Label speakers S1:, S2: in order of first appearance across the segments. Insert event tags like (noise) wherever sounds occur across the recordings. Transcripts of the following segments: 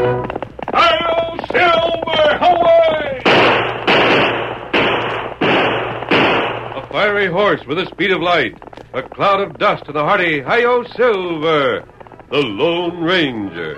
S1: Hail Silver, away! A fiery horse with the speed of light, a cloud of dust to the hearty Hi-Yo Silver, the Lone Ranger.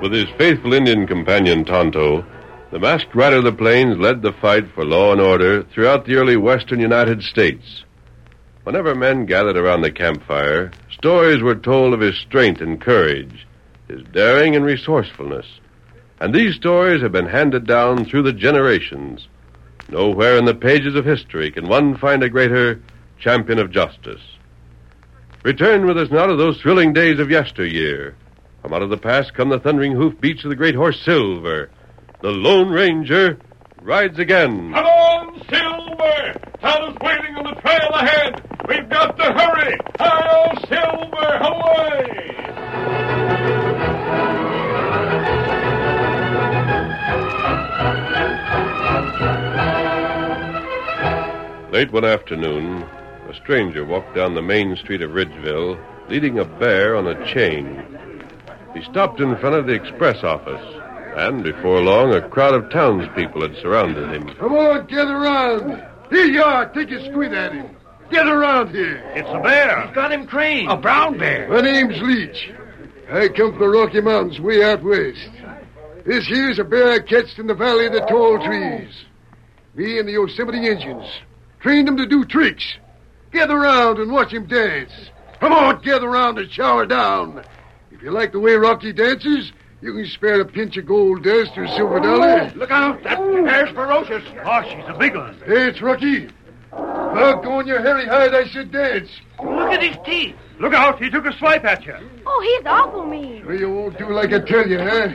S1: With his faithful Indian companion Tonto, the masked rider of the plains led the fight for law and order throughout the early western United States. Whenever men gathered around the campfire, stories were told of his strength and courage, his daring and resourcefulness. And these stories have been handed down through the generations. Nowhere in the pages of history can one find a greater champion of justice. Return with us now to those thrilling days of yesteryear. From out of the past come the thundering hoofbeats of the great horse Silver. The Lone Ranger rides again.
S2: Come on, Silver! Town is waiting on the trail ahead. We've got to hurry. Hail, Silver, away!
S1: Late one afternoon, a stranger walked down the main street of Ridgeville, leading a bear on a chain. He stopped in front of the express office, and before long, a crowd of townspeople had surrounded him.
S3: Come on, get around. Here you are. Take a squint at him. Get around here.
S4: It's a bear. He's got him trained. A brown bear.
S3: My name's Leach. I come from the Rocky Mountains, way out west. This here's a bear I catched in the valley of the tall trees. Me and the Yosemite Indians trained him to do tricks. Get around and watch him dance. Come on, get around and shower down. If you like the way Rocky dances, you can spare a pinch of gold dust or silver dollar.
S4: Look out. That bear's ferocious. Oh, she's a big one.
S3: Hey, it's Rocky. Now go on your hairy hide, I should dance.
S4: Look at his teeth. Look out. He took a swipe at you.
S5: Oh, he's awful mean.
S3: Well, you won't do like I tell you, huh?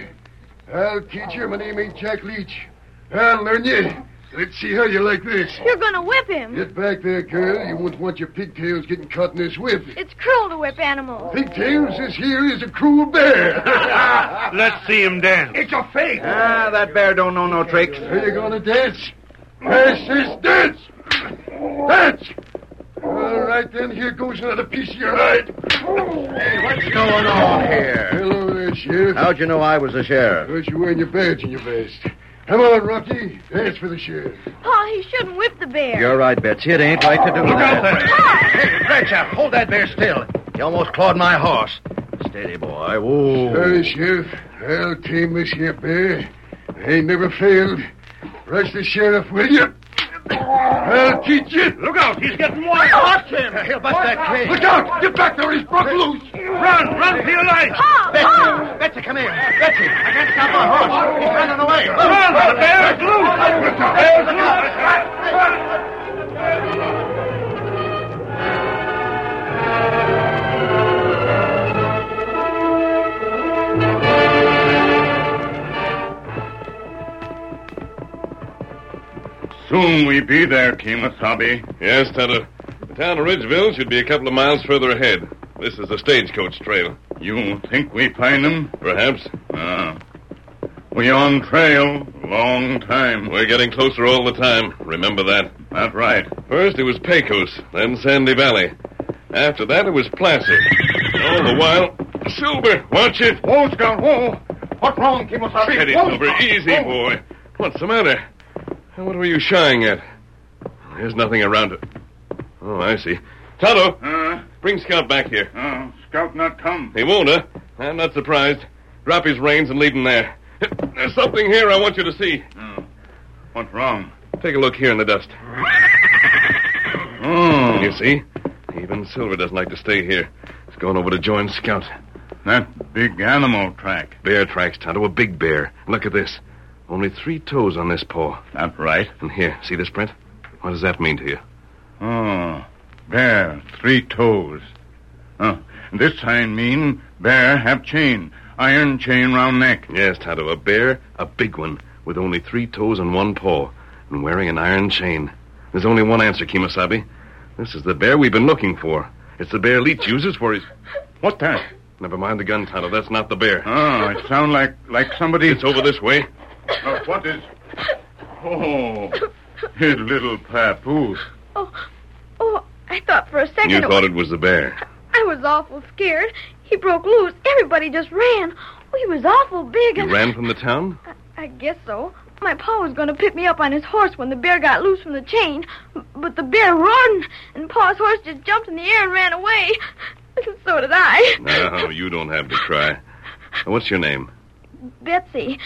S3: I'll teach you. My name ain't Jack Leach. I'll learn you. Let's see how you like this.
S5: You're gonna whip him.
S3: Get back there, girl. You won't want your pigtails getting caught in this whip.
S5: It's cruel to whip animals.
S3: Pigtails, this here is a cruel bear. (laughs)
S4: Let's see him dance. It's a fake. Ah, that bear don't know no tricks.
S3: Are you gonna dance? Yes, yes, dance! Dance! All right, then, here goes another piece of your hide. Hey, what's
S6: going on here?
S3: Hello there, Sheriff.
S6: How'd you know I was the sheriff?
S3: Because you're wearing your badge and your vest. Come on, Rocky. Dance for the sheriff.
S5: Pa, Oh, he shouldn't whip the bear.
S6: You're right, Betsy. It ain't right to do
S4: Look out
S6: that.
S4: there.
S6: Hey, Gretchen, hold that bear still. You almost clawed my horse. Steady, boy. Whoa.
S3: Sorry, Sheriff. I'll eh? tame this here bear. I ain't never failed. Rush the sheriff, will you? I'll teach it. Look out.
S4: He's getting wild. Watch him. He'll bust that cage.
S3: Look out. Get back there. He's broke loose.
S4: Run, run for your life.
S5: Pa! Pa!
S6: Betsy, Betsy, come here. Betsy, I can't stop my horse. He's running away.
S4: Run, the bear's loose.
S3: Look out.
S4: Bear's loose.
S7: Soon we be there, Kemosabe.
S1: Yes, Tonto. The town of Ridgeville should be a couple of miles further ahead. This is the stagecoach trail.
S7: You think we find them?
S1: Perhaps.
S7: Ah. We on trail long time.
S1: We're getting closer all the time. Remember that.
S7: That right.
S1: First it was Pecos, then Sandy Valley. After that it was Placid. All the while, Silver, watch it.
S7: Whoa, Scout, whoa. What wrong, Kemosabe?
S1: Steady, Silver. Easy, boy. What's the matter? What were you shying at? There's nothing around it. Oh, I see. Tonto,
S7: Uh,
S1: bring Scout back here.
S7: uh, Scout not come.
S1: He won't, huh? I'm not surprised. Drop his reins and leave him there. There's something here I want you to see.
S7: What wrong?
S1: Take a look here in the dust.
S7: Oh,
S1: You see? Even Silver doesn't like to stay here. He's going over to join Scout.
S7: that big animal track.
S1: Bear tracks, Tonto, a big bear. Look at this. Only three toes on this paw.
S7: That right.
S1: And here, see this print? What does that mean to you?
S7: Oh, bear, three toes. Uh, this sign mean bear have chain, iron chain round neck.
S1: Yes, Tonto, a bear, a big one, with only three toes and one paw, and wearing an iron chain. There's only one answer, Kemosabe. This is the bear we've been looking for. It's the bear Leech uses for his.
S7: What that?
S1: Never mind the gun, Tonto. That's not the bear.
S7: Oh, it sound like like somebody.
S1: It's over this way.
S7: Uh, what is? Oh, his little papoose.
S5: Oh, oh, I thought for a second.
S1: You
S5: it
S1: thought
S5: was-
S1: it was the bear.
S5: I was awful scared. He broke loose. Everybody just ran. Oh, he was awful big.
S1: You
S5: and-
S1: ran from the
S5: (laughs)
S1: town?
S5: I guess so. My pa was going to pick me up on his horse when the bear got loose from the chain, but the bear roared, and pa's horse just jumped in the air and ran away. (laughs) So did I.
S1: No, you don't have to try. What's your name?
S5: (laughs) Betsy,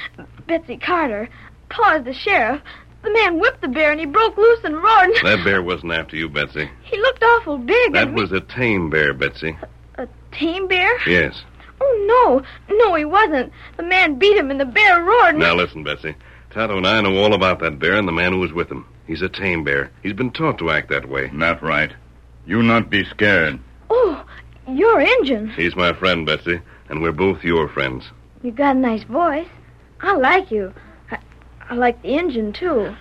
S5: Betsy Carter. Pa is the sheriff. The man whipped the bear and he broke loose and roared.
S1: That bear wasn't after you, Betsy.
S5: He looked awful big.
S1: That
S5: and
S1: was a tame bear, Betsy.
S5: a tame bear.
S1: Yes.
S5: Oh no, no, he wasn't. The man beat him and the bear roared. and-
S1: Now listen, Betsy. Tonto and I know all about that bear and the man who was with him. He's a tame bear. He's been taught to act that
S5: Mm.
S1: way.
S7: That right. You not be scared.
S5: Oh, your engine.
S1: He's my friend, Betsy, and we're both your friends.
S5: You got a nice voice. I like you. I, I like the engine too.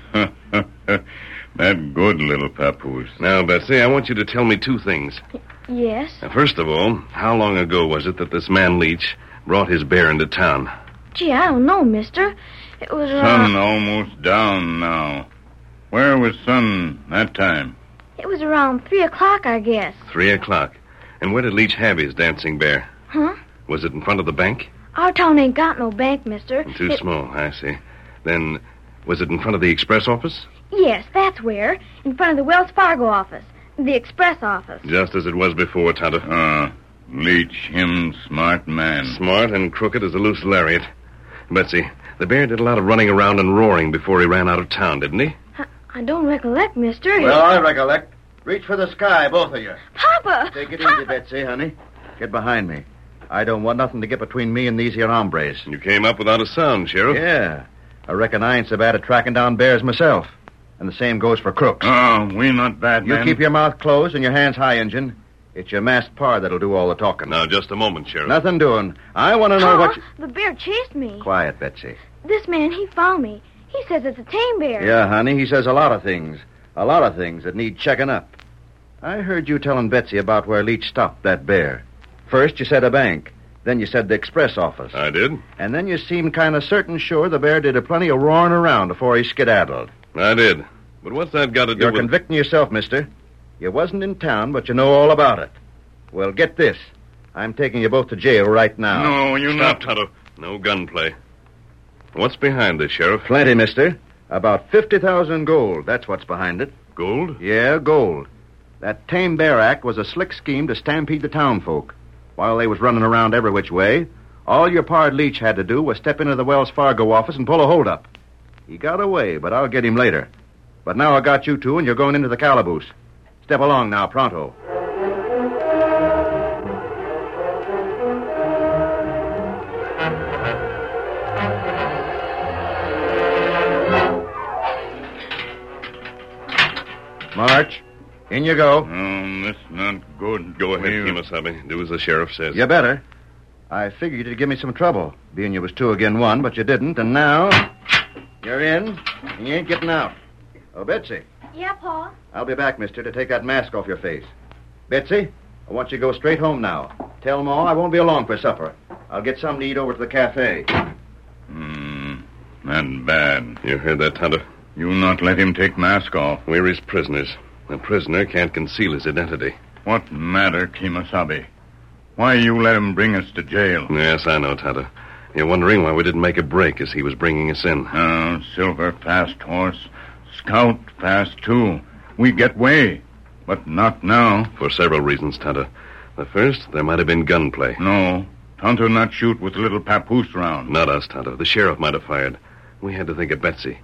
S7: that good little papoose.
S1: Now, Betsy, I want you to tell me two things.
S5: Yes.
S1: Now, First of all, how long ago was it that this man Leach brought his bear into town?
S5: Gee, I don't know, mister. It was
S7: Sun
S5: around,
S7: almost down now. Where was sun that time?
S5: it was around three o'clock, I guess.
S1: Three o'clock. And where did Leach have his dancing bear?
S5: Huh?
S1: Was it in front of the bank?
S5: Our town ain't got no bank, mister.
S1: Too
S5: It-
S1: small, I see. Then, was it in front of the express office?
S5: Yes, that's where. In front of the Wells Fargo office. The express office.
S1: Just as it was before, Tonto.
S7: Uh, leech him smart man.
S1: Smart and crooked as a loose lariat. Betsy, the bear did a lot of running around and roaring before he ran out of town, didn't he?
S5: I don't recollect, mister. It-
S6: Well, I recollect. Reach for the sky, both of you.
S5: Papa!
S6: Take
S5: (laughs)
S6: it
S5: Papa!
S6: easy, Betsy, honey. Get behind me. I don't want nothing to get between me and these here hombres.
S1: You came up without a sound, Sheriff.
S6: Yeah. I reckon I ain't so bad at tracking down bears myself. And the same goes for crooks.
S7: Oh, we not bad
S6: you
S7: men.
S6: keep your mouth closed and your hands high, Injun. It's your masked par that'll do all the talking.
S1: Now, just a moment, Sheriff.
S6: Nothing doing. I want to
S5: Pa,
S6: know what you...
S5: The bear chased me.
S6: Quiet, Betsy.
S5: This man, he found me. He says it's a tame bear.
S6: Yeah, honey, he says a lot of things. A lot of things that need checking up. I heard you telling Betsy about where Leach stopped that bear. First, you said a bank. Then you said the express office.
S1: I did.
S6: And then you seemed kind of certain sure the bear did a plenty of roaring around before he skedaddled.
S1: I did. But what's that got to do
S6: You're
S1: with...
S6: convicting yourself, mister. You wasn't in town, but you know all about it. Well, get this. I'm taking you both to jail right now.
S7: No, you
S1: Stop,
S7: not.
S1: Tonto. No gunplay. What's behind this, Sheriff?
S6: Plenty, mister. About 50,000 gold. That's what's behind it.
S1: Gold?
S6: Yeah, gold. That Tame Bear Act was a slick scheme to stampede the town folk. While they was running around every which way, all your pard Leach had to do was step into the Wells Fargo office and pull a holdup. He got away, but I'll get him later. But now I got you two, and you're going into the calaboose. Step along now, pronto. March, in you go.
S7: Um, that's not good. Go
S1: With you, Masabi. Do as the sheriff says.
S6: You better. I figured you'd give me some trouble, being you was two again one, but you didn't, and now you're in, and you ain't getting out. Oh, Betsy.
S5: Yeah, Pa.
S6: I'll be back, mister, to take that mask off your face. Betsy, I want you to go straight home now. Tell Ma I won't be along for supper. I'll get something to eat over to the cafe.
S7: Hmm, not bad.
S1: You heard that, Tonto?
S7: You not let him take mask off.
S1: We're his prisoners. A prisoner can't conceal his identity.
S7: What matter, Kimasabi? Why you let him bring us to jail?
S1: Yes, I know, Tonto. You're wondering why we didn't make a break as he was bringing us in.
S7: Oh, silver fast horse. Scout fast, too. We get way. But not now.
S1: For several reasons, Tonto. The first, there might have been gunplay.
S7: No. Tonto not shoot with little papoose round.
S1: Not us, Tonto. The sheriff might have fired. We had to think of Betsy.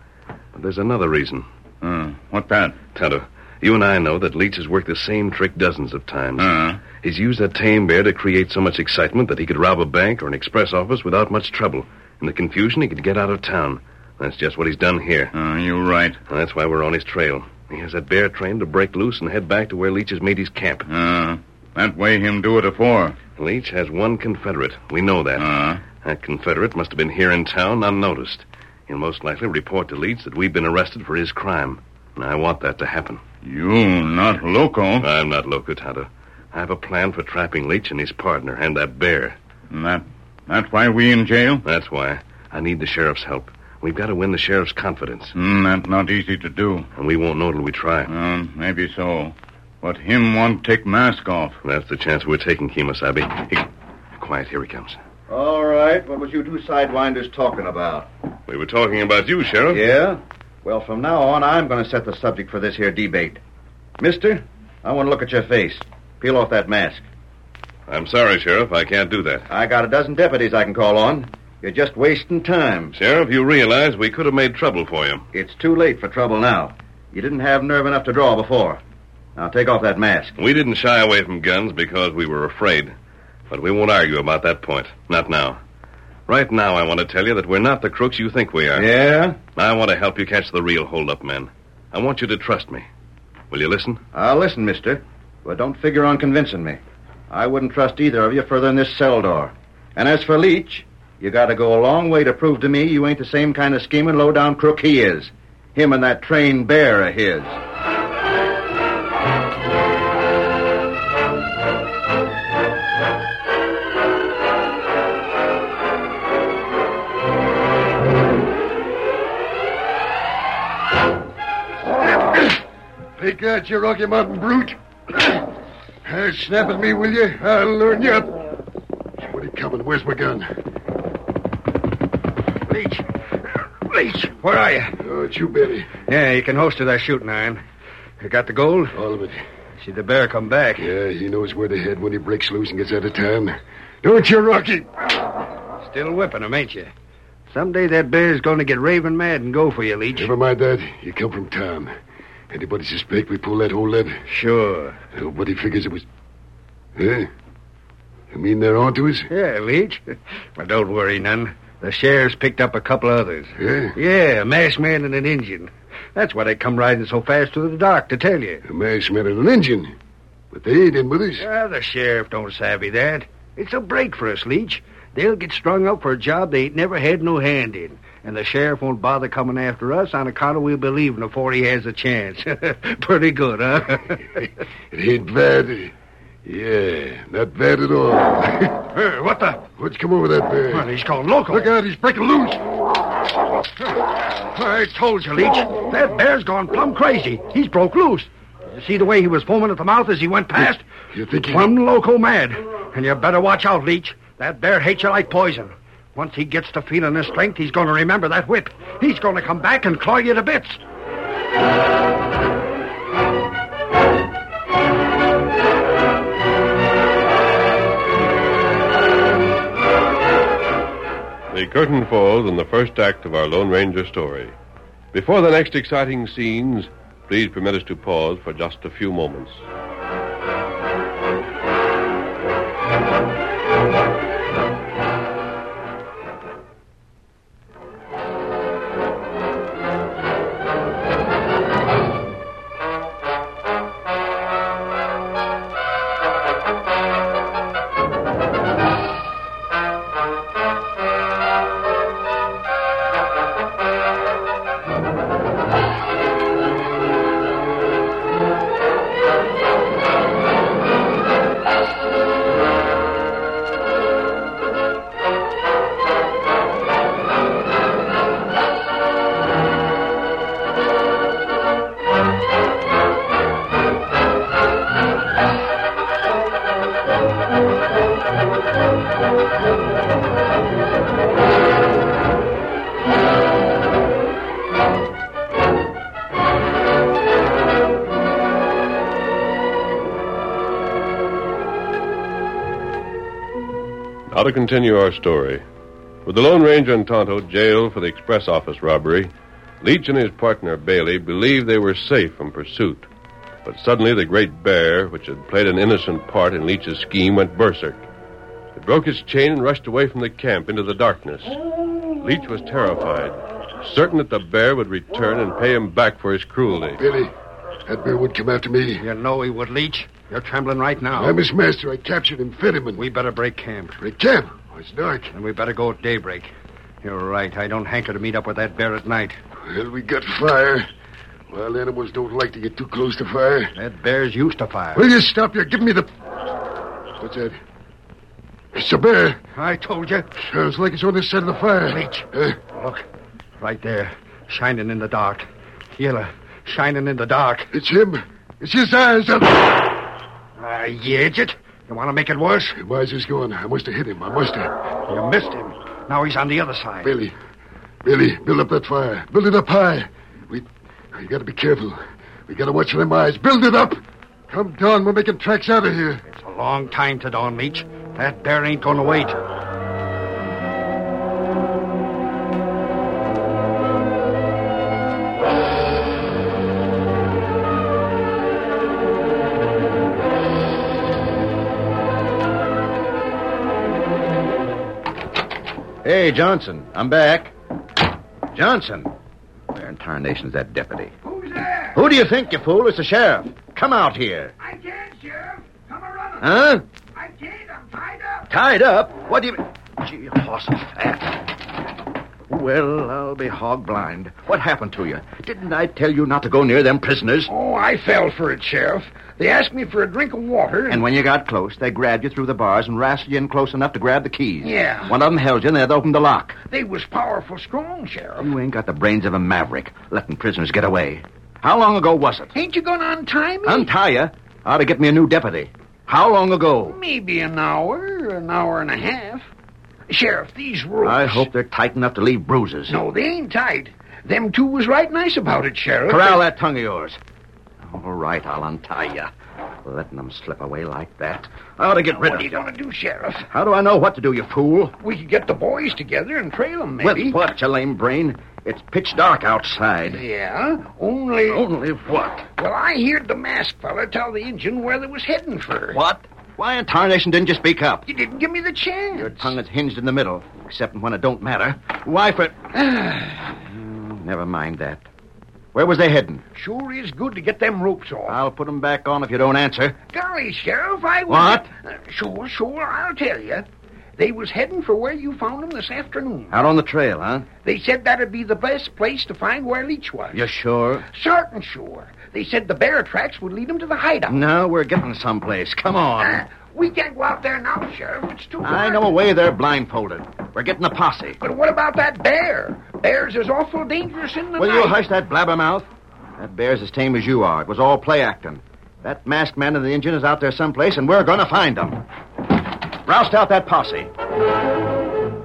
S1: But there's another reason.
S7: Uh, what that?
S1: Tonto, you and I know that Leach has worked the same trick dozens of times.
S7: Uh,
S1: He's used that tame bear to create so much excitement that he could rob a bank or an express office without much trouble. In the confusion, he could get out of town. That's just what he's done here.
S7: uh, you right.
S1: And that's why we're on his trail. He has that bear trained to break loose and head back to where Leach has made his camp.
S7: Uh, that way him do it afore.
S1: Leach has one Confederate. We know that.
S7: Uh,
S1: That Uh-huh. Confederate must have been here in town unnoticed. He'll most likely report to Leach that we've been arrested for his crime. And I want that to happen.
S7: you not loco.
S1: I'm not loco, Tonto. I have a plan for trapping Leach and his partner and that bear.
S7: That, that why we in jail?
S1: That's why I need the sheriff's help. We've got to win the sheriff's confidence,
S7: Hmm, that not easy to do.
S1: and we won't know till we try.
S7: Um, maybe so. But him want take mask off.
S1: That's the chance we're taking, Kemosabe. He- Quiet, here he comes.
S6: All right, what was you two sidewinders talking about?
S1: We were talking about you, Sheriff.
S6: Yeah? Well, from now on, I'm going to set the subject for this here debate. Mister, I want to look at your face. Peel off that mask.
S1: I'm sorry, Sheriff. I can't do that.
S6: I got a dozen deputies I can call on. You're just wasting time.
S1: Sheriff, you realize we could have made trouble for you.
S6: It's too late for trouble now. You didn't have nerve enough to draw before. Now take off that mask.
S1: We didn't shy away from guns because we were afraid, but we won't argue about that point. Not now. Right now, I want to tell you that we're not the crooks you think we are.
S6: Yeah?
S1: I want to help you catch the real holdup men. I want you to trust me. Will you listen?
S6: I'll Uh, listen, mister. But don't figure on convincing me. I wouldn't trust either of you further than this cell door. And as for Leach, you gotta go a long way to prove to me you ain't the same kind of scheming, low-down crook he is. Him and that trained bear of his.
S3: Take that, you Rocky Mountain brute. Uh, snap at me, will you? I'll learn you up. What are coming? Where's my gun?
S4: Leach. Leach, where are you?
S3: Oh, it's you, Betty.
S4: Yeah, you can holster that shooting iron. You got the gold?
S3: All of it.
S4: See the bear come back.
S3: Yeah, he knows where to head when he breaks loose and gets out of town. Don't you, Rocky?
S4: Still whipping him, ain't you? Someday that bear's going to get raving mad and go for you, Leach.
S3: Never mind that. You come from town. Anybody suspect we pulled that whole lever?
S4: Sure.
S3: Nobody figures it was. Huh? You mean they're onto us?
S4: Yeah, Leach. (laughs) Well, don't worry none. The sheriff's picked up a couple others.
S3: Yeah?
S4: Yeah, a masked man and an Indian. That's why they come riding so fast through the dark, to tell you.
S3: A masked man and an Indian. But they ain't in with us.
S4: Ah, the sheriff don't savvy that. It's a break for us, Leach. They'll get strung up for a job they ain't never had no hand in. And the sheriff won't bother coming after us on account of we'll be leaving afore he has a chance. (laughs) Pretty good, huh? (laughs)
S3: It ain't bad. Yeah, not bad at all. (laughs)
S4: hey, Uh, what the?
S3: What's come over that bear?
S4: Well, he's called local.
S3: Look out, he's breaking loose.
S4: I told you, Leach. That bear's gone plumb crazy. He's broke loose. You see the way he was foaming at the mouth as he went past?
S3: You think he-
S4: plumb loco mad. And you better watch out, Leach. That bear hates you like poison. Once he gets to feeling his strength, he's going to remember that whip. He's going to come back and claw you to bits.
S1: The curtain falls on the first act of our Lone Ranger story. Before the next exciting scenes, please permit us to pause for just a few moments. Now to continue our story. With the Lone Ranger and Tonto jailed for the express office robbery, Leach and his partner Bailey believed they were safe from pursuit. But suddenly the great bear, which had played an innocent part in Leach's scheme, went berserk. It broke its chain and rushed away from the camp into the darkness. Leach was terrified, certain that the bear would return and pay him back for his cruelty.
S3: Billy, that bear would come after me.
S4: You know he would, Leach. You're trembling right now.
S3: I'm his master. I captured him, fed him, and
S4: We better break camp.
S3: They can't. Oh, it's dark.
S4: And we better go at daybreak. You're right. I don't hanker to meet up with that bear at night.
S3: Well, we got fire. Wild animals don't like to get too close to fire.
S4: That bear's used to fire.
S3: Will you stop here? Give me the. What's that? It's a bear.
S4: I told you.
S3: Sounds like it's on this side of the fire. Uh,
S4: Leach.
S3: Huh?
S4: Look, right there, shining in the dark. Yellow, shining in the dark.
S3: it's him. It's his eyes. Uh, Up.
S4: Ah, you idiot. You want to make it worse?
S3: Why is this going? I must have hit him. I must have.
S4: You missed him. Now he's on the other side.
S3: Billy. Billy, build up that fire. Build it up high. We. You gotta be careful. We gotta watch for them eyes. Build it up. Come down. We're making tracks out of here.
S4: It's a long time to dawn, Leach. That bear ain't going to wait.
S6: Hey, Johnson, I'm back. Johnson? Where in tarnation's that deputy?
S8: Who's there?
S6: Who do you think, you fool? It's the sheriff. Come out here.
S8: I can't, Sheriff. Come around.
S6: Huh?
S8: I can't. I'm tied up.
S6: Tied up? What do you. Gee, a horse is fat. Well, I'll be hog blind. What happened to you? Didn't I tell you not to go near them prisoners?
S8: Oh, I fell for it, Sheriff. They asked me for a drink of water.
S6: And when you got close, they grabbed you through the bars and wrestled you in close enough to grab the keys.
S8: Yeah.
S6: One of them held you, and they had to open the lock.
S8: they was powerful strong, Sheriff.
S6: You ain't got the brains of a maverick, letting prisoners get away. How long ago was it?
S8: Ain't you going to untie me?
S6: Untie you. Ought to get me a new deputy. How long ago?
S8: Maybe an hour, an hour and a half. Sheriff, these ropes.
S6: I hope they're tight enough to leave bruises.
S8: No, they ain't tight. Them two was right nice about it, Sheriff.
S6: Corral that tongue of yours. All right, I'll untie you. Letting them slip away like that. I ought to get rid
S8: What
S6: of
S8: are you
S6: you.
S8: going to do, Sheriff?
S6: How do I know what to do, you fool?
S8: We could get the boys together and trail them, maybe.
S6: With what, you lame brain? It's pitch dark outside.
S8: Yeah, only.
S6: Only what?
S8: Well, I heard the masked fella tell the engine where they was heading for.
S6: What? Why in tarnation didn't you speak up?
S8: You didn't give me the chance.
S6: Your tongue is hinged in the middle, except when it don't matter. Why for... (sighs) Oh, Never mind that. Where was they heading?
S8: Sure is good to get them ropes off.
S6: I'll put 'em back on if you don't answer.
S8: Golly, Sheriff, I was.
S6: What?
S8: Uh, sure, sure, I'll tell you. They was heading for where you found them this afternoon.
S6: Out on the trail, huh?
S8: They said that'd be the best place to find where Leach was.
S6: You sure?
S8: Certain sure. They said the bear tracks would lead them to the hideout.
S6: No, we're getting someplace. Come
S8: Uh,
S6: on.
S8: (laughs) we can't go out there now, Sheriff. It's too
S6: I
S8: dark.
S6: know a way they're blindfolded. We're getting a posse.
S8: But what about that bear? Bears is awful dangerous in the
S6: Will
S8: night.
S6: you hush that blabbermouth? That bear's as tame as you are. It was all play acting. That masked man and the engine is out there someplace, and we're going to find them. Roust out that posse.
S8: You ought to be getting there soon, Sheriff.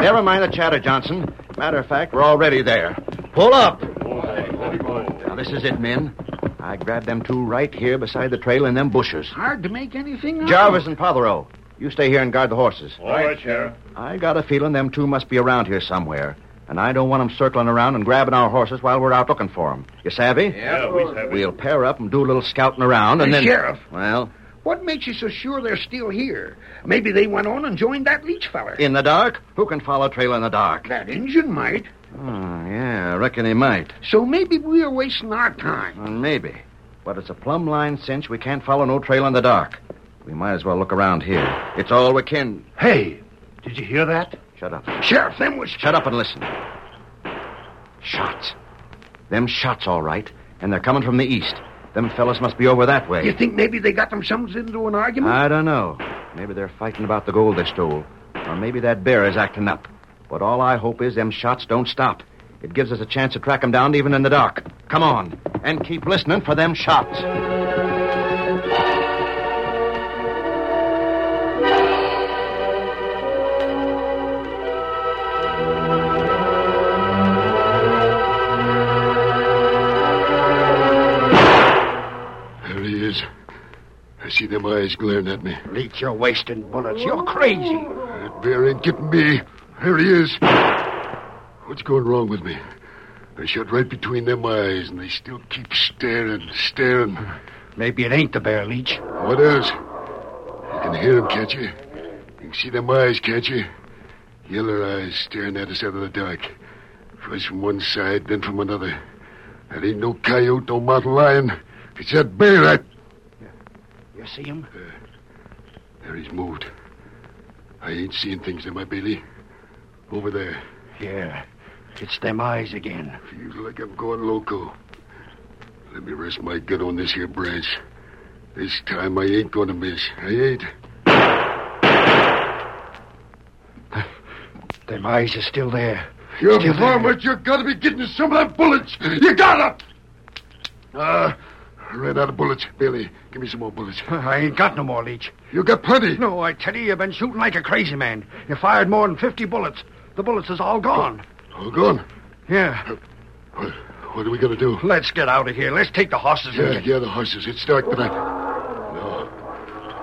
S6: Never mind the chatter, Johnson. Matter of fact, we're already there. Pull up. Now, this is it, men. I grabbed them two right here beside the trail in them bushes.
S8: Hard to make anything out.
S6: Jarvis and Potherow, you stay here and guard the horses.
S1: All right, Sheriff.
S6: I got a feeling them two must be around here somewhere. And I don't want 'em circling around and grabbing our horses while we're out looking for 'em. You savvy?
S1: Yeah, we have
S6: We'll pair up and do a little scouting around, and
S8: Hey,
S6: then.
S8: Sheriff.
S6: Well,
S8: What makes you so sure they're still here? Maybe they went on and joined that leech feller.
S6: in the dark, who can follow a trail in the dark?
S8: That engine might.
S6: Oh, yeah, I reckon he might.
S8: So maybe we're wasting our time.
S6: Well, maybe. But it's a plumb line cinch. We can't follow no trail in the dark. We might as well look around here. It's all we can.
S8: Hey, did you hear that?
S6: Shut up.
S8: Sheriff, them was.
S6: Shut up and listen. Shots. Them shots, all right. And they're coming from the east. Them fellas must be over that way.
S8: You think maybe they got themselves into an argument?
S6: I don't know. Maybe they're fighting about the gold they stole. Or maybe that bear is acting up. But all I hope is them shots don't stop. It gives us a chance to track 'em down even in the dark. Come on. And keep listening for them shots.
S3: There he is. I see them eyes glaring at me.
S8: Leech, you're wasting bullets. You're crazy.
S3: That bear ain't getting me. There he is. What's going wrong with me? I shot right between them eyes, and they still keep staring, staring.
S4: Maybe it ain't the bear, Leech.
S3: What else? You can hear 'em, can't you? You can see them eyes, can't you? Yellow eyes staring at us out of the dark. First from one side, then from another. That ain't no coyote, no mountain lion. It's that bear. I...
S8: You see him?
S3: There he's moved. I ain't seeing things, am I, Bailey? Over there.
S8: Yeah. It's them eyes again.
S3: Feels like I'm going loco. Let me rest my gun on this here branch. This time I ain't gonna miss. I ain't.
S8: Them eyes are still there.
S3: You're
S8: Still there.
S3: farmers, you gotta be getting some of them bullets. You gotta! Ah, I ran out of bullets. Bailey, give me some more bullets.
S4: I ain't got no more, Leech.
S3: You got plenty.
S4: No, I tell you, you've been shooting like a crazy man. You fired more than 50 bullets. The bullets is all gone.
S3: All gone.
S4: Yeah.
S3: What, Oh, what are we gonna do?
S4: Let's get out of here. Let's take the horses and
S3: Yeah,
S4: get...
S3: yeah, the horses. It's dark, but I...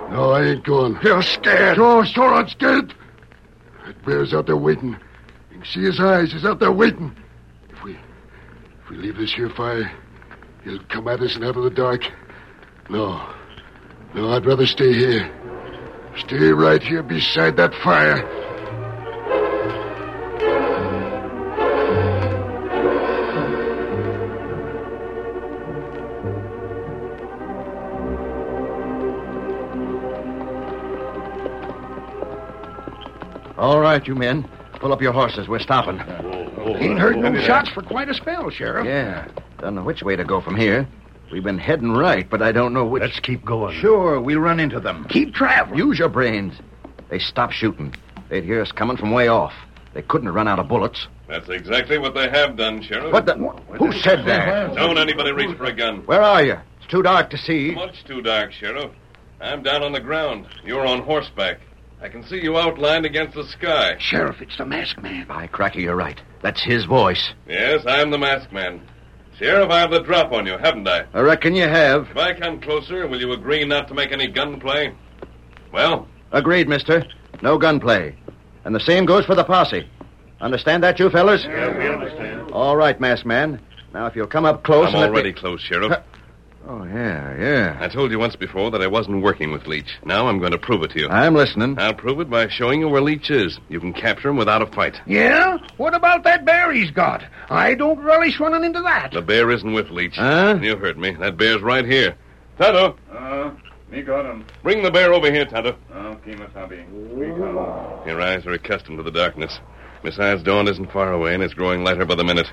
S3: No. No, I ain't going.
S4: You're scared.
S3: Sure, sure, I'm scared. That bear's out there waiting. You can see his eyes. He's out there waiting. If we... If we leave this here fire, he'll come at us and out of the dark. No. No, I'd rather stay here. Stay right here beside that fire.
S6: All right, you men. Pull up your horses. We're stopping.
S8: Ain't heard no shots for quite a spell, Sheriff.
S6: Yeah. Don't know which way to go from here. We've been heading right, but I don't know which.
S4: Let's keep going.
S6: Sure, we'll run into them.
S8: Keep traveling.
S6: Use your brains. They stopped shooting. They'd hear us coming from way off. They couldn't have run out of bullets.
S1: That's exactly what they have done, Sheriff.
S6: What the? Who said that?
S1: Don't anybody reach for a gun.
S6: Where are you? It's too dark to see.
S1: Much too dark, Sheriff. I'm down on the ground. You're on horseback. I can see you outlined against the sky.
S8: Sheriff, it's the masked man.
S6: By cracky, you're right. That's his voice.
S1: Yes, I'm the masked man. Sheriff, I have the drop on you, haven't I?
S6: I reckon you have.
S1: If I come closer, will you agree not to make any gunplay? Well,
S6: Agreed, mister. No gunplay. And the same goes for the posse. Understand that, you fellas? Yeah, we understand. All right, masked man. Now, if you'll come up close
S1: I'm
S6: and let me-
S1: already close, Sheriff.
S6: Oh, yeah, yeah.
S1: I told you once before that I wasn't working with Leach. Now I'm going to prove it to you.
S6: I'm listening.
S1: I'll prove it by showing you where Leach is. You can capture him without a fight.
S8: Yeah? What about that bear he's got? I don't relish running into that.
S1: The bear isn't with Leach.
S6: Huh?
S1: You heard me. That bear's right here. Tonto,
S7: Uh, me got him.
S1: bring the bear over here, Tonto.
S7: Oh, Kimasabi. Me got him.
S1: Your eyes are accustomed to the darkness. Besides, dawn isn't far away, and it's growing lighter by the minute.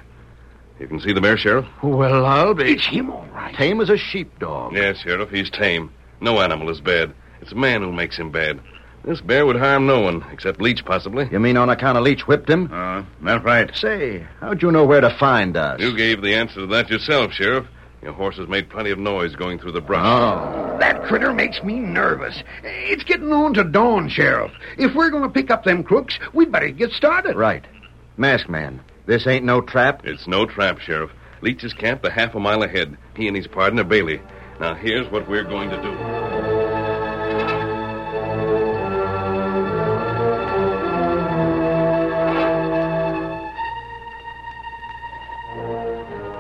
S1: You can see the bear, Sheriff?
S4: Well, I'll be...
S8: It's him, all right.
S6: Tame as a sheepdog.
S1: Yes, Sheriff. He's tame. No animal is bad. It's man who makes him bad. This bear would harm no one, except Leach, possibly.
S6: You mean on account of Leach whipped him?
S7: Uh, that's right.
S6: Say, how'd you know where to find us?
S1: You gave the answer to that yourself, Sheriff. Your horses made plenty of noise going through the brush.
S6: Oh,
S8: That critter makes me nervous. It's getting on to dawn, Sheriff. If we're going to pick up them crooks, we'd better get started.
S6: right. Masked man,
S8: This ain't no trap.
S1: It's no trap, Sheriff. Leach's camped a half a mile ahead. He and his partner, Bailey. Now, here's what we're going to do.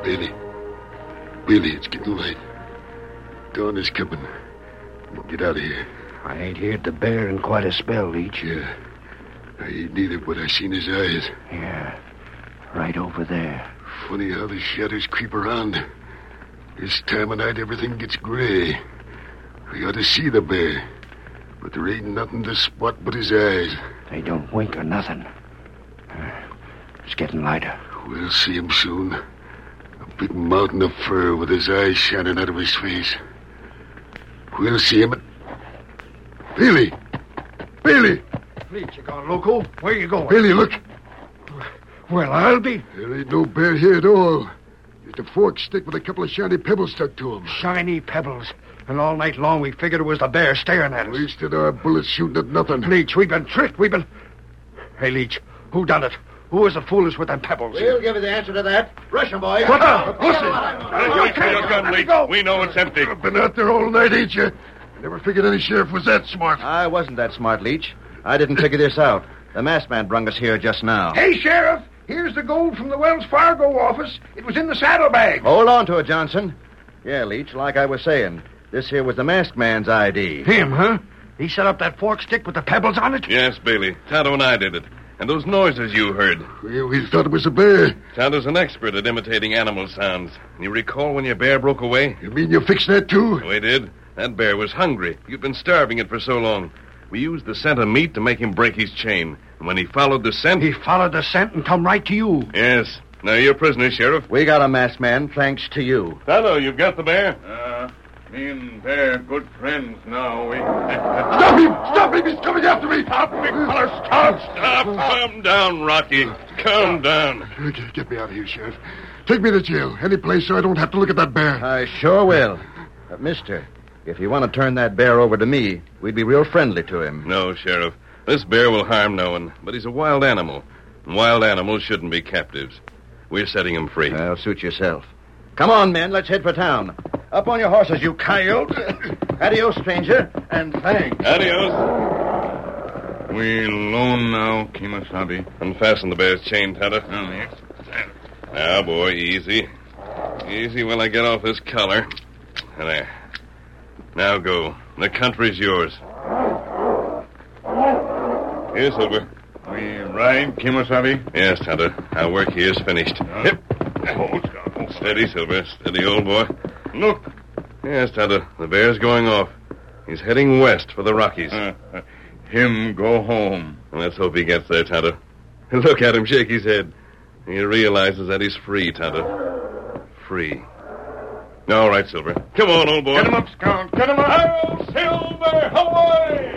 S3: Bailey. Bailey, it's getting late. Dawn is coming. We'll get out of here.
S6: I ain't heard the bear in quite a spell, Leach.
S3: Yeah. I ain't neither, but I seen his eyes.
S6: Yeah. Right over there.
S3: Funny how the shadows creep around. This time of night, everything gets gray. We ought to see the bear, but there ain't nothing to spot but his eyes.
S6: They don't wink or nothing. Uh, It's getting lighter.
S3: We'll see him soon. A big mountain of fur with his eyes shining out of his face. We'll see him. at- Bailey! Bailey!
S6: Leach, you gone loco? Where you going?
S3: Bailey, look!
S6: Well, I'll be
S3: There ain't no bear here at all. Just a forked stick with a couple of shiny pebbles stuck to him.
S6: shiny pebbles. And all night long we figured it was the bear staring at us.
S3: Wasted our bullets shooting at nothing.
S6: Leach, we've been tricked. We've been. Hey, Leach, who done it? Who was the foolish with them pebbles?
S8: We'll give you the answer to that. Rush 'em, boys.
S6: What the?
S9: You
S6: okay,
S9: your gun,
S6: let me
S9: Leach.
S6: go.
S9: We know it's empty.
S3: I've been out there all night, ain't you? Never figured any sheriff was that smart.
S8: I wasn't that smart, Leach. I didn't figure this out. The masked man brung us here just now.
S10: Hey, Sheriff, here's the gold from the Wells Fargo office. It was in the saddlebag.
S8: Hold on to it, Johnson. Yeah, Leach, like I was saying, this here was the masked man's ID.
S6: Him, huh? He set up that forked stick with the pebbles on it?
S1: Yes, Bailey. Tonto and I did it. And those noises you heard.
S3: We, we thought it was a bear.
S1: Tonto's an expert at imitating animal sounds. You recall when your bear broke away?
S3: You mean you fixed that too?
S1: We did. That bear was hungry. You'd been starving it for so long. We used the scent of meat to make him break his chain. And when he followed the scent,
S6: He followed the scent and come right to you.
S1: Yes. Now you're prisoner, Sheriff.
S8: We got a masked man, thanks to you.
S1: Tonto, you've got the bear?
S7: Uh, me and Bear, good friends now. We.
S3: Stop him! Stop him! He's coming after me! Stop me, feller!
S1: Stop. Calm down, Rocky. Calm down.
S3: Get, get me out of here, Sheriff. Take me to jail, any place, so I don't have to look at that bear.
S8: I sure will. But, mister, if you want to turn that bear over to me, we'd be real friendly to him.
S1: No, Sheriff. This bear will harm no one, but he's a wild animal. And wild animals shouldn't be captives. We're setting him free.
S8: Well, suit yourself. Come on, men, let's head for town. Up on your horses, you coyote. Adios, stranger, and thanks.
S1: Adios.
S7: We alone now, Kimasabi.
S1: Unfasten the bear's chain, Tonto.
S7: Now, yes.
S1: Now, boy, easy. Easy while I get off this collar. There. Now go. The country's yours. Here, Silver.
S7: We ride, Kimasabi.
S1: Yes, Tonto. Our work here's finished. Hip. Steady, Silver. Steady, old boy.
S7: Look.
S1: Yes, Tonto. The bear's going off. He's heading west for the Rockies.
S7: Uh, uh, him go home.
S1: Let's hope he gets there, Tonto. (laughs) Look at him shake his head. He realizes that he's free, Tonto. Free. All right, Silver. Come on, old boy.
S7: Get him up, Scout. Get him up.
S11: Hail Silver, away!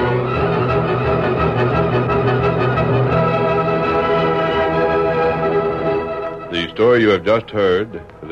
S12: Thank you.
S1: story you have just heard is